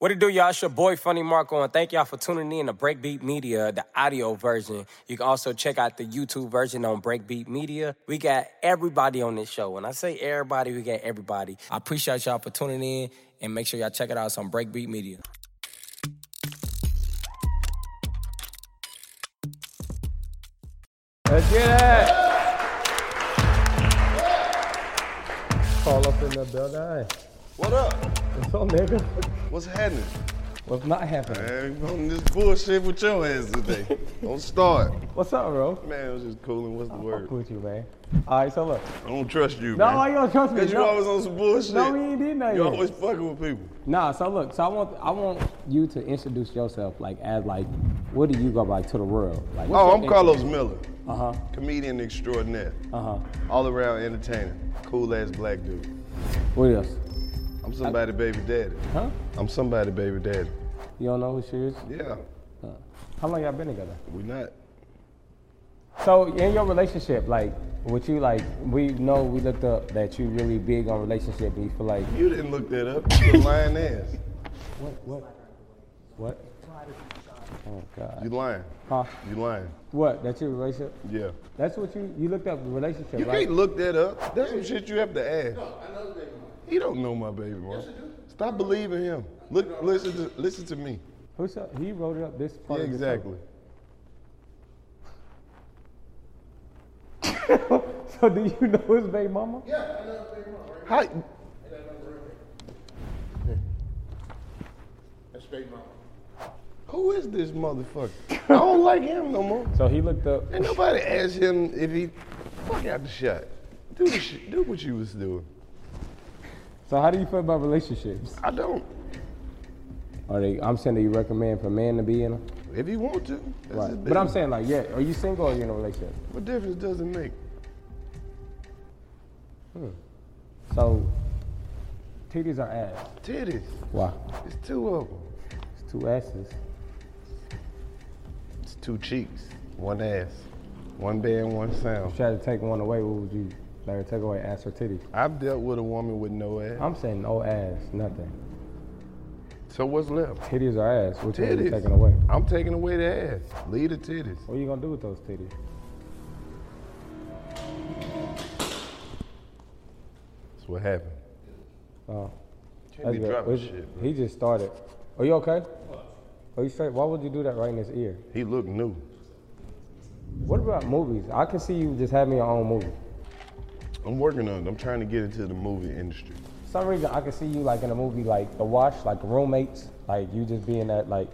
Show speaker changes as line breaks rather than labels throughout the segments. What it do, y'all? It's your boy Funny Marco, and thank y'all for tuning in to Breakbeat Media, the audio version. You can also check out the YouTube version on Breakbeat Media. We got everybody on this show. When I say everybody, we got everybody. I appreciate y'all for tuning in, and make sure y'all check it out. It's on Breakbeat Media.
Let's get it. Call up in the building.
What up?
What's up, nigga?
What's happening?
What's not happening?
Man, you on this bullshit with your ass today. Don't start.
What's up, bro?
Man, it was just cooling. What's the
Fuck
word?
with you, man. All right, so look.
I don't trust you,
No,
man.
why you don't trust me?
Cause you
No.
always on some bullshit.
No, we ain't did nothing
You
yet.
always fucking with people.
Nah, so look. So I want I want you to introduce yourself, like as like, what do you go by to the world? Like,
Oh, I'm Carlos Miller,
Uh huh.
comedian extraordinaire,
Uh huh.
all around entertainer, cool ass black dude.
What else?
I'm somebody, baby daddy.
Huh?
I'm somebody, baby daddy.
You don't know who she is?
Yeah,
Uh, how long y'all been together?
we not.
So in your relationship, like, would you like? We know we looked up that you really big on relationship, and you feel like
You didn't look that up. You a lying ass.
what what what? Oh God.
You lying.
Huh?
You lying.
What? That's your relationship?
Yeah.
That's what you you looked up the relationship,
You
right?
can't look that up. That's some shit you have to ask. He don't know my baby mom. Stop believing him. Look, listen to listen to me.
Who's up? He wrote it up this
Yeah,
part. of the show.
exactly.
So do you know his baby mama? Yeah.
How?
That's straight mama.
Who is this motherfucker? I don't like him no more.
So he looked up.
Ain't nobody asked him if he fuck out the shot. Do the shit. Do what you was doing.
So how do you feel about relationships?
I don't.
Are they? I'm saying, do you recommend for men to be in them?
If he want to, that's his
But I'm
business.
saying, like, yeah. Are you single or you in a relationship?
what difference does it make?
So titties are ass.
Titties.
Why?
It's two of them.
It's two asses.
It's two cheeks, one ass, one band, one sound.
If you had to take one away, what would you? Like, take away ass or titties?
I've dealt with a woman with no ass.
I'm saying no ass, nothing.
So what's left?
Titties are ass. Which one are you
Titties.
taking away?
I'm taking away the ass. Leave the titties.
What are you gonna do with those titties?
That's what happened.
Oh,
Can't
that's
be
good.
dropping
It's-
shit. Bro.
He just started. Are you okay? Are you straight? Why would you do that right in his ear?
He looked new.
What about movies? I can see you just having your own movie.
I'm working on it. I'm trying to get into the movie industry.
For some reason, I can see you like in a movie like The Wash, like roommates, like you just being that like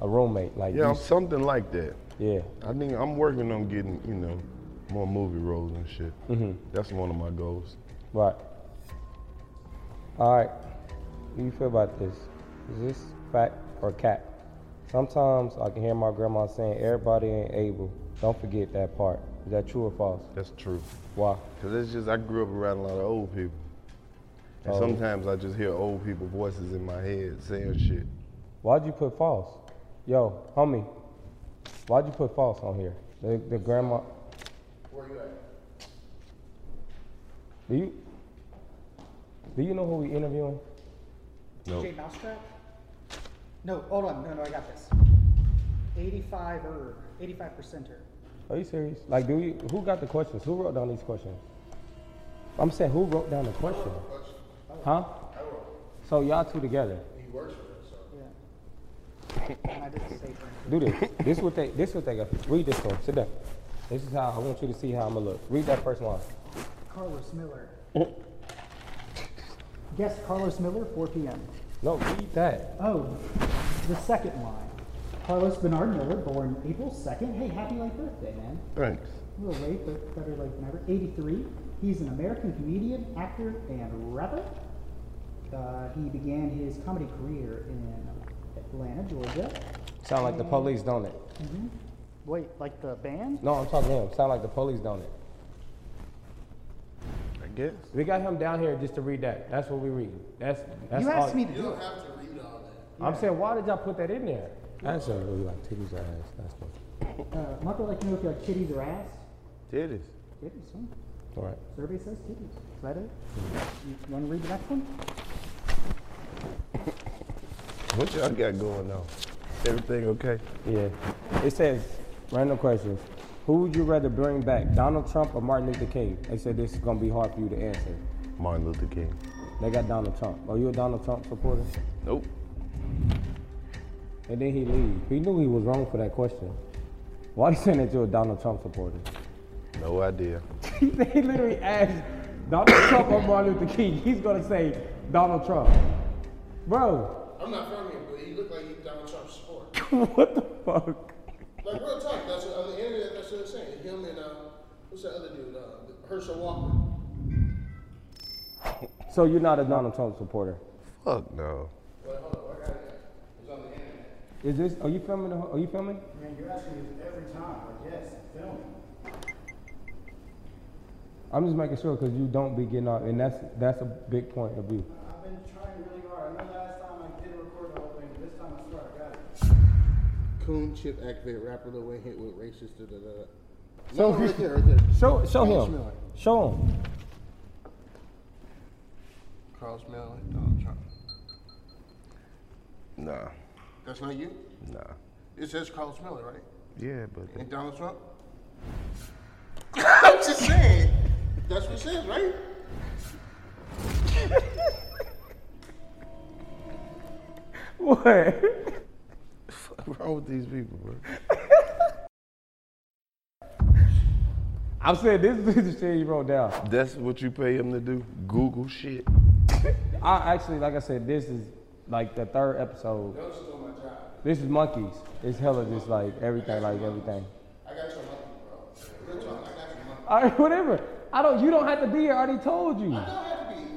a roommate, like
Yeah,
you-
I'm something like that.
yeah.
I think I'm working on getting, you know, more movie roles and shit. That's one of my goals.
Right. All right. How you feel about this? Is this fact or cat? Sometimes I can hear my grandma saying, "Everybody ain't able." Don't forget that part. Is that true or false?
That's true.
Why?
Cause it's just I grew up around a lot of old people, and
Oh.
sometimes I just hear old people voices in my head saying shit.
Why'd you put false? Yo, homie, why'd you put false on here? The, the grandma.
Where you at?
Do you do you know who we interviewing?
No.
Jay Mousetrap? No, hold on. No, no, I got this. 85 er, 85 percenter.
Are you serious? Like, do you who got the questions? Who wrote down these questions? I'm saying, who wrote down the question? Huh? So y'all two together.
Yeah. And I did the same thing.
Do this. this what they. This what they got. Read this one. Sit down. This is how I want you to see how I'm gonna look. Read that first line.
Carlos Miller. Guess Carlos Miller, 4 p.m.
No, read that.
Oh, the second line. Carlos Bernard Miller, born April 2nd. Hey, happy late birthday, man.
Thanks.
A little late, but better late than never. 83. He's an American comedian, actor, and rapper. Uh, he began his comedy career in Atlanta, Georgia.
Sound like the police, don't it?
Wait, like the band?
No, I'm talking to him. Sound like the police, don't it?
I guess.
We got him down here just to read that. That's what we read. That's that's
you
all.
asked me to do it.
I'm saying, why did y'all put that in there? That's a really like titties ass. That's what.
Uh, Marco, like to know if you like titties or ass.
Titties.
Titties, huh?
All right.
Survey says titties. Is that it? You want to read the next one?
What y'all got going on? Everything okay?
Yeah. It says, random questions. Who would you rather bring back, Donald Trump or Martin Luther King? They said this is gonna be hard for you to answer.
Martin Luther King.
They got Donald Trump. Are you a Donald Trump supporter?
Nope.
And then he leave. He knew he was wrong for that question. Why you saying that you're a Donald Trump supporter?
No idea.
they literally asked Donald Trump or Martin Luther King. He's gonna say Donald Trump. Bro,
I'm not from here, but he looked like he Donald Trump support.
what the fuck?
Like real talk, that's what other internet. That's what I'm saying. Him and uh, what's that other dude? Uh, Herschel Walker.
So you're not a Donald Trump supporter.
Fuck no.
But hold on, I got it. It's on the internet.
Is this are you filming the, whole- are you filming?
Man, you're asking me every time, like, yes, film.
I'm just making sure because you don't be getting off and that's that's a big point of view.
I've been trying really hard. I know last time I did record the whole thing, but this time I swear I got it.
Coon chip activate rapper Lil Wayne hit with racist. Da, da, da.
So-
no, right there, right there.
Show show
Carl
him.
Miller.
Show him.
Carl Smell and Donald Trump.
Nah.
That's not you.
Nah.
It says Carl Miller, right?
Yeah, but
And Donald Trump. I'm just saying. That's what it says, right?
What?
what's wrong with these people, bro?
I'm saying this is the shit he wrote down.
That's what you pay them to do? Google shit.
I actually, like I said, this is like the third episode. This is monkeys. It's hella just like everything, like everything. I got your monkey, bro. whatever. I don't. You don't have to be here. I already told you.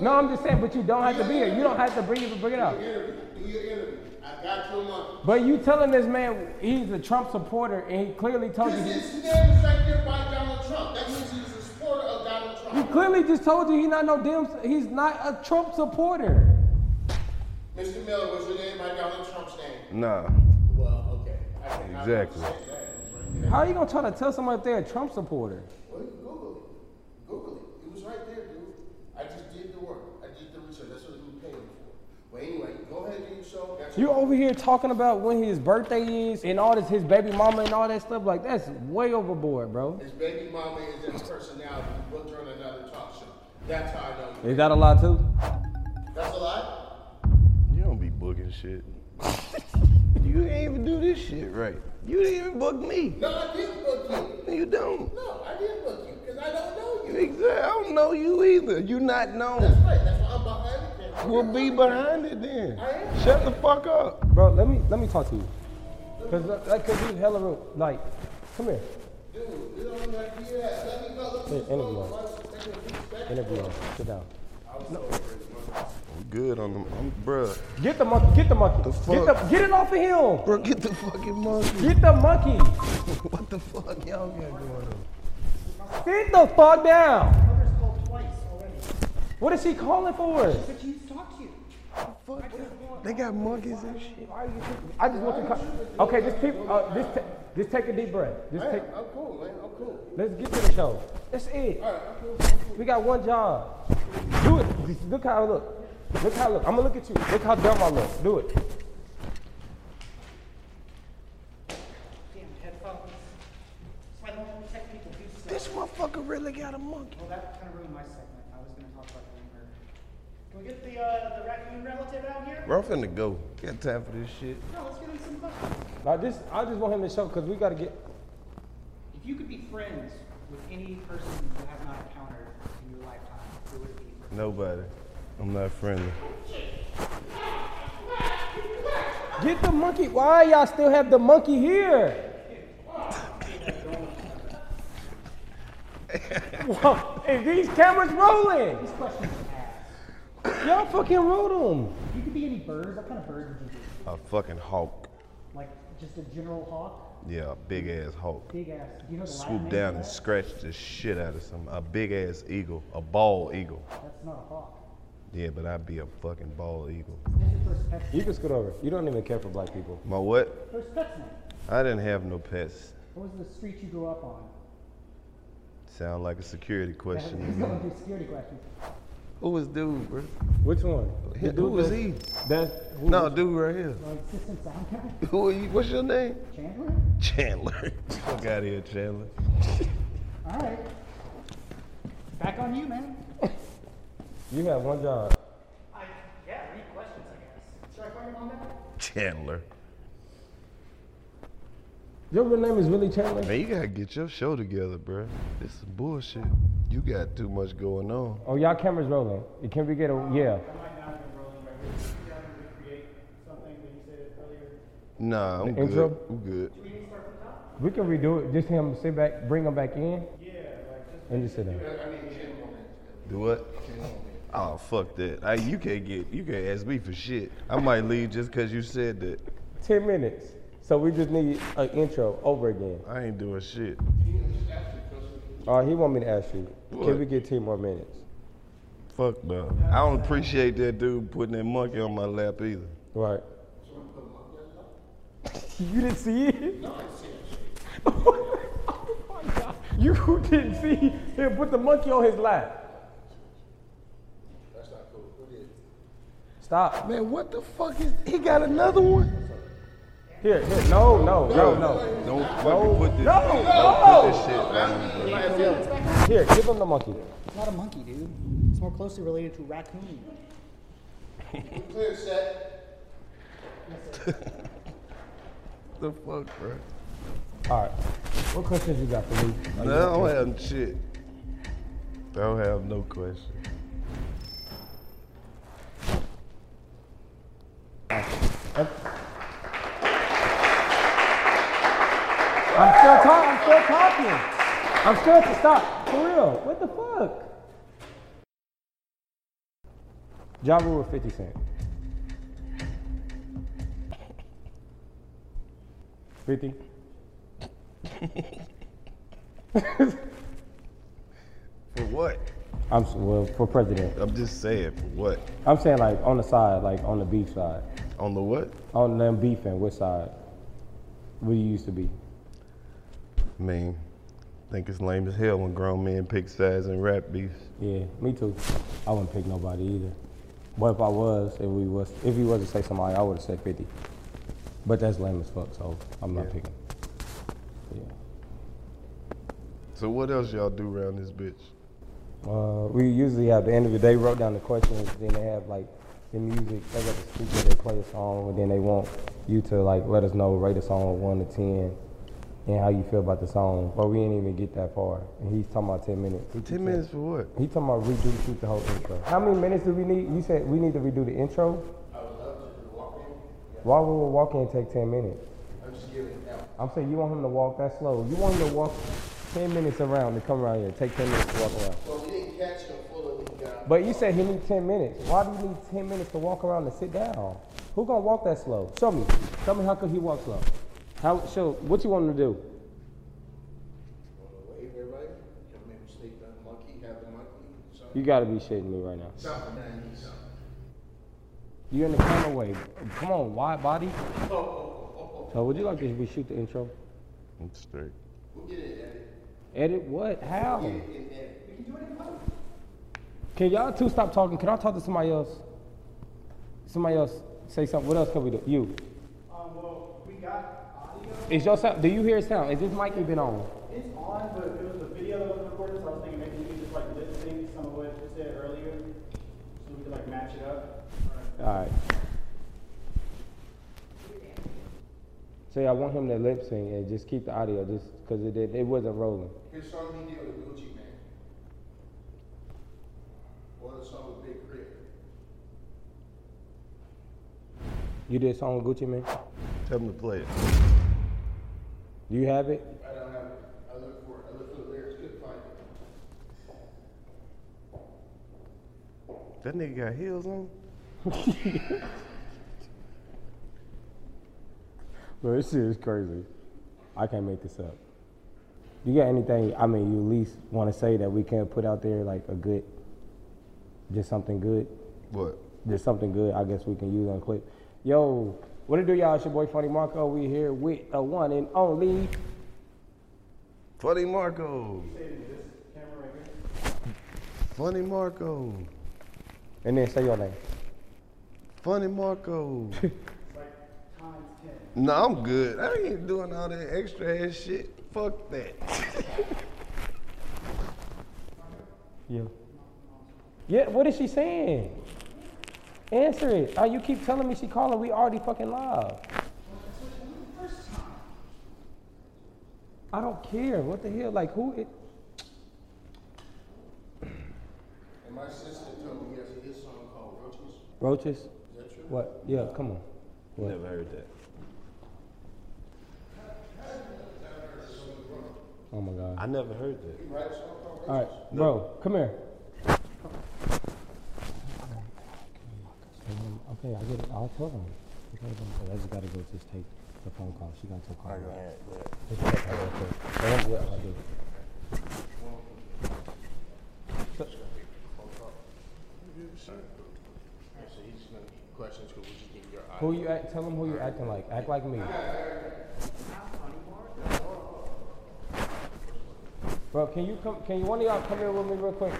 No, I'm just saying, but you don't have to be here. You don't have to bring it, bring it up.
I got your money.
But you telling this man he's a Trump supporter, and he clearly told you. He,
His name is right there by Donald Trump. That means he's a supporter of Donald Trump.
he clearly just told you he's not no damn. He's not a Trump supporter.
Mr. Miller, was your name by Donald Trump's name?
Nah.
Well, okay. I can
Exactly.
How are you gonna try to tell somebody they're a Trump supporter?
Well, you Google it. Google it. It was right there, dude. I just did the work. I did the research. That's what we paid me for. But anyway, go ahead and do your show. That's
You over here talking about when his birthday is and all this, his baby mama and all that stuff. Like that's way overboard, bro.
His baby mama is his personality. We'll turn another talk show. That's how I know you.
Is that a lie too?
That's a lie?
You don't be booking shit. you ain't even do this shit right. You didn't even book me.
No, I did book you.
You don't.
No, I did book you because I don't know you.
Exactly. I don't know you either. You not
That's
known.
right. That's why I'm behind it. now.
We'll be behind it then.
I am.
Shut the fuck up.
Bro, let me let me talk to you. Cause uh, like, cause you hella real- like, come here,
Dude, you don't know where you at. Let me go. Look at
Hey,
this phone.
interview.
Why is it taking a piece back?
interview him. Sit down.
I'm good on them. I'm, bruh.
Get the monkey. Get the monkey.
The
get
fuck?
the get it off of him.
Bro, get the fucking monkey.
Get the monkey.
what the fuck y'all got going on?
Sit the fuck down.
Mother's called twice already.
What is she calling for?
But you talked to you.
Fuck They got monkeys and shit.
I just want to. Co- okay, just keep. Uh, just ta- just take a deep breath. Just take.
I'm cool, man. I'm cool.
Let's get to the show. That's it. We got one job. Do it. Look how I look. Look how I look. I'm gonna look at you. Look how dumb I look. Do it.
Damn headphones. So I don't protect people who say.
This motherfucker really got a monkey.
Well, that kind of ruined my segment. I was going to talk about the lemur. Can we get the uh, the raccoon relative out here?
Bro, I'm finna go. Got time for this shit.
No, let's get him some questions.
I just, I just want him to show because we gotta get.
If you could be friends with any person you have not encountered in your lifetime, who would it be?
Nobody. I'm not friendly.
Get the monkey. Why y'all still have the monkey here? Whoa, is these cameras rolling?
These questions asked.
Y'all fucking roll them.
If you could be any bird, what kind of bird would you be?
A fucking hawk.
Like just a general hawk,
Yeah, a big ass hawk.
big ass. Do you know the Latin
Swoop
name
down
for
and
that?
scratch the shit out of some. A big ass eagle. A bald eagle.
That's not a hawk.
Yeah, but I'd be a fucking bald eagle.
What's your first pet's
You can scoot over. You don't even care for black people.
My what?
First pet's name.
I didn't have no pets.
What was the street you grew up on?
Sound like a security
That-
question.
That's
to me.
going to be a security question.
Who was dude, bro?
Which one?
Who
dude
was
that-
he?
That's who
No,
was-
dude right here.
Like assistant sound guy,
Who are you? What's your name?
Chandler.
Chandler. Fuck out of here, Chandler.
All right, back on you, man.
You have one job.
I yeah, any questions, I guess. Should I call your mom back?
Chandler.
Your real name is really Chandler.
Man, you gotta get your show together, bro. This is bullshit. You got too much going on.
Oh, y'all cameras rolling. It Can we get a yeah?
Nah, I'm good.
intro?
I'm good.
We can redo it. Just him sit back, bring him back in. Yeah, and just sit down.
Do what? Oh fuck that! I, you can't get you can't ask me for shit. I might leave just cause you said that.
Ten minutes. So we just need an intro over again.
I ain't doing shit.
All right, Oh, he want me to ask you.
What?
Can we get ten more minutes?
Fuck no. I don't appreciate that dude putting that monkey on my lap either.
Right. you didn't see it. No, I didn't see it. You didn't see him put the monkey on his lap.
That's not cool. Who did? it?
Stop.
Man, what the fuck is he got another one?
Here, here. No, no, no, no.
Don't fucking put this.
No,
don't
no.
put this shit on me, bro.
Here, give him the monkey.
It's not a monkey, dude. It's more closely related to raccoon.
You clear set.
The fuck, bro?
All right. What questions you got for me? Are you-
No, I don't have shit. I don't have no question.
I'm still talking. I'm still talking. I'm still to stop. For real. What the fuck? Ja Rule or 50 Cent? 50?
For what?
I'm s- well for president.
I'm just saying, for what?
I'm saying like on the side, like on the beef side,
On the what?
on them beefing. Which side? Where you used to be?
I mean, think it's lame as hell when grown men pick sides and rap beef.
Yeah, me too. I wouldn't pick nobody either. But if I was, if we was, if he was to say somebody, I would have said 50. But that's lame as fuck, so I'm not
Yeah.
picking. Yeah.
So what else y'all do around this bitch?
Uh, we usually have the end of the day wrote down the questions, then they have like the music. They got the speaker, they play a song, and then they want you to like let us know rate a song one to ten. And how you feel about the song, but we didn't even get that far. And he's talking about ten minutes. He
Ten
said-
minutes for what?
He talking about redo shoot the whole intro. How many minutes do we need? You said we need to redo the intro.
I would love to do the walk in.
Why would we walk in take ten minutes?
I'm just giving it out.
I'm saying you want him to walk that slow. You want him to walk ten minutes around to come around here, take ten minutes to walk around.
Well, we didn't catch him full of what he got.
But you said he need ten minutes. Why do you need ten minutes to walk around and sit down? Who gonna walk that slow? Show me. Show me how could he walk slow? How show what you want him to do?
Wanna wave everybody? Can maybe sneak the monkey, have the monkey, something.
You gotta be shitting me right now.
Something, I need something.
You in the camera way. Come on, wide body. So would you like to reshoot the intro?
I'm straight.
We'll get it edited.
Edit what? How?
And edit.
Can y'all two stop talking? Can I talk to somebody else? Somebody else say something. What else can we do? You.
Um, well, we got audio.
Is your sound? Do you hear it sound? Is this mic even on?
It's on, but it was a video that was recorded, so I was thinking maybe we could just like lip sync some of what you said earlier, so we could like match it up.
All right. So yeah, I want him to lip sync and just keep the audio, just because it did, it wasn't rolling.
His song he did with Gucci Man. Or the song with Big Rick.
You did a song with Gucci man.
Tell him to play it.
Do you have it?
I don't have it. I look for it. I look for the lyrics. Couldn't find it.
That nigga got heels on.
Bro, this shit is crazy. I can't make this up. You got anything? I mean, you at least want to say that we can put out there like a good, just something good.
What?
there's something good I guess we can use on clip. Yo, what it do, y'all? It's your boy Funny Marco. We here with the one and only.
Funny Marco.
Say this camera right here.
Funny Marco.
And then say your name.
Funny Marco.
Like times ten.
no, I'm good. I ain't doing all that extra ass shit. Fuck that.
Yeah. Yeah, what is she saying? Answer it. Oh, you keep telling me she calling. We already fucking live. I don't care. What the hell? Like, who? It,
And my sister told me he has a hit song called Roaches.
roaches? What? Yeah, come on. What?
Never heard that.
Oh my God.
I never heard that.
All right, bro, come here. Okay, I get it. I'll tell them. I told them, but I just gotta go just take the phone call. She got to call. me. Just take her real quick. Tell them what I do.
So he's just gonna keep questions because we just need your eye.
Who you act? Tell them who you acting like. Act like me. Bro, can you come? Can you one of y'all come here with me real quick?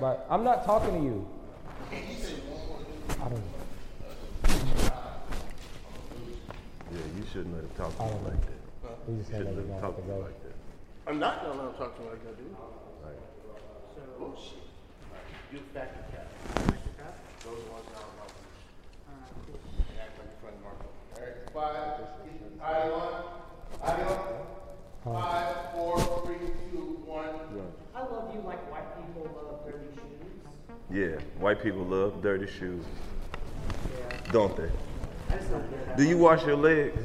But I'm not talking to you. I don't.
Yeah, you shouldn't let him talk to
I don't
me
know.
like that.
We just had
Shouldn't
that
let him
guy
talk
to
to me
go.
like that.
I'm not gonna let him talk to you like that, dude.
Like,
Oh shit. You back the cat. Those ones that are not. And act like friend Marco. Alright, five, I one, I one, five, four, three, two, one.
I love you like white people love dirty shoes.
Yeah, white people love dirty shoes. Don't they?
I just don't get that.
Do you wash your legs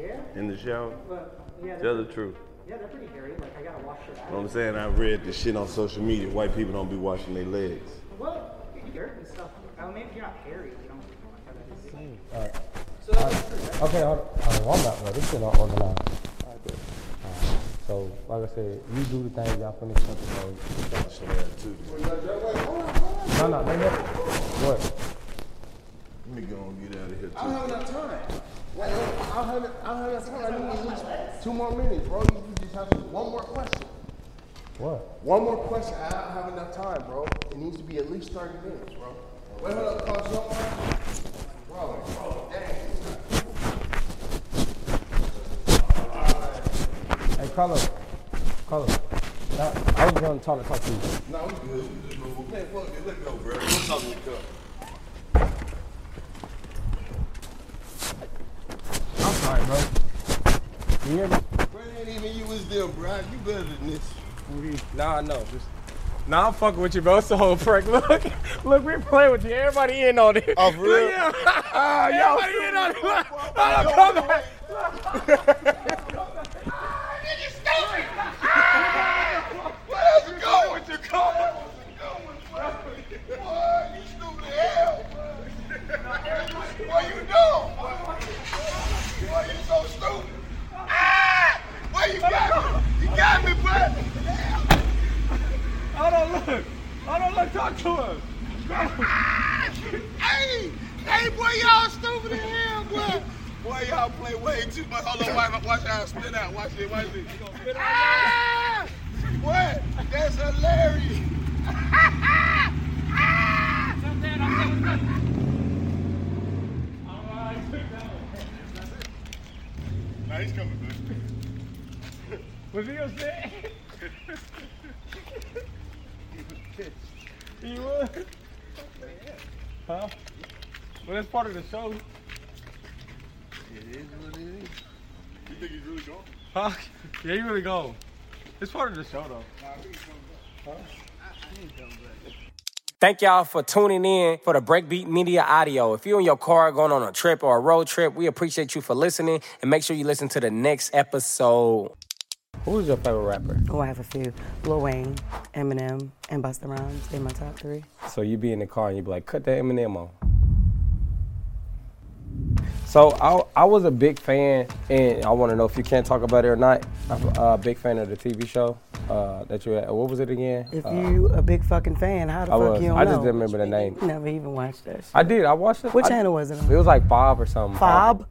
Yeah,
in the shower?
but yeah,
Tell
they're,
the truth.
yeah, they're pretty hairy. Like I gotta wash it
You know
out.
what I'm saying? I read this shit on social media. White people don't be washing their legs.
What? You're dirt and stuff. I mean, if you're not hairy, you don't. I don't know.
Okay, hold on. Oh, I'm not, bro. This shit not organized. Alright, So, like I said, you do the things y'all finish something, bro. No, no, let me What?
Let me go and get out of here
I don't have enough time. Wait, wait, I don't have, I don't have enough time. I need at least two more minutes, bro. You, you just have to, one more question.
What?
One more question. I don't have enough time, bro. It needs to be at least 30 minutes, bro. Wait, hold up. Call someone. Bro, bro, dang.
Hey, Carlos. Carlos. Now, I was gonna talk to talk to you.
no, I'm good. Just move. Man, fuck it. Let go, bro. Don't talk to the cup.
I'm sorry, bro. You hear me?
Bro, it ain't even you. It's them, bro. You better than this.
Nah, no. Nah, I'm fucking with you, bro. It's a whole prick. Look, look, we playing with you. Everybody in on it.
Oh, for real?
Look, yeah. Everybody in on it. Look, I'm coming.
Let's go with your car. Let's go with bro. Boy, you stupid hell, bro. What you doing? Why you so stupid? Ah! Why you got me? You got me, bro.
Hold on, look. Hold on, look. Talk to him.
Hey, hey, boy, y'all stupid as hell, boy. Boy, y'all play way too much. Hold on, watch, watch how I spin out. Watch it, watch it. Ah! What? That's hilarious. Nah, he's coming, dude.
Was he upset? he was. Huh? Well, that's part of the show.
It is what it is. You think he's really gone?
Huh? Ah, Yeah, you really go. It's part of the show, though. Thank y'all for tuning in for the Breakbeat Media Audio. If you're in your car going on a trip or a road trip, we appreciate you for listening and make sure you listen to the next episode.
Who's your favorite rapper?
Oh, I have a few. Lil Wayne, Eminem, and Busta Rhymes. They my top three.
So you be in the car and you be like, cut that Eminem off. So I, I was a big fan, and I want to know if you can't talk about it or not. I'm a big fan of the TV show uh, that you had. What was it again?
If
Uh,
you a big fucking fan, how the
I
fuck
was.
you don't
I
know?
just didn't remember the name.
Never even watched that. shit.
I did. I watched it.
What
I-
channel was it on?
It was like Bob or something.
Fob?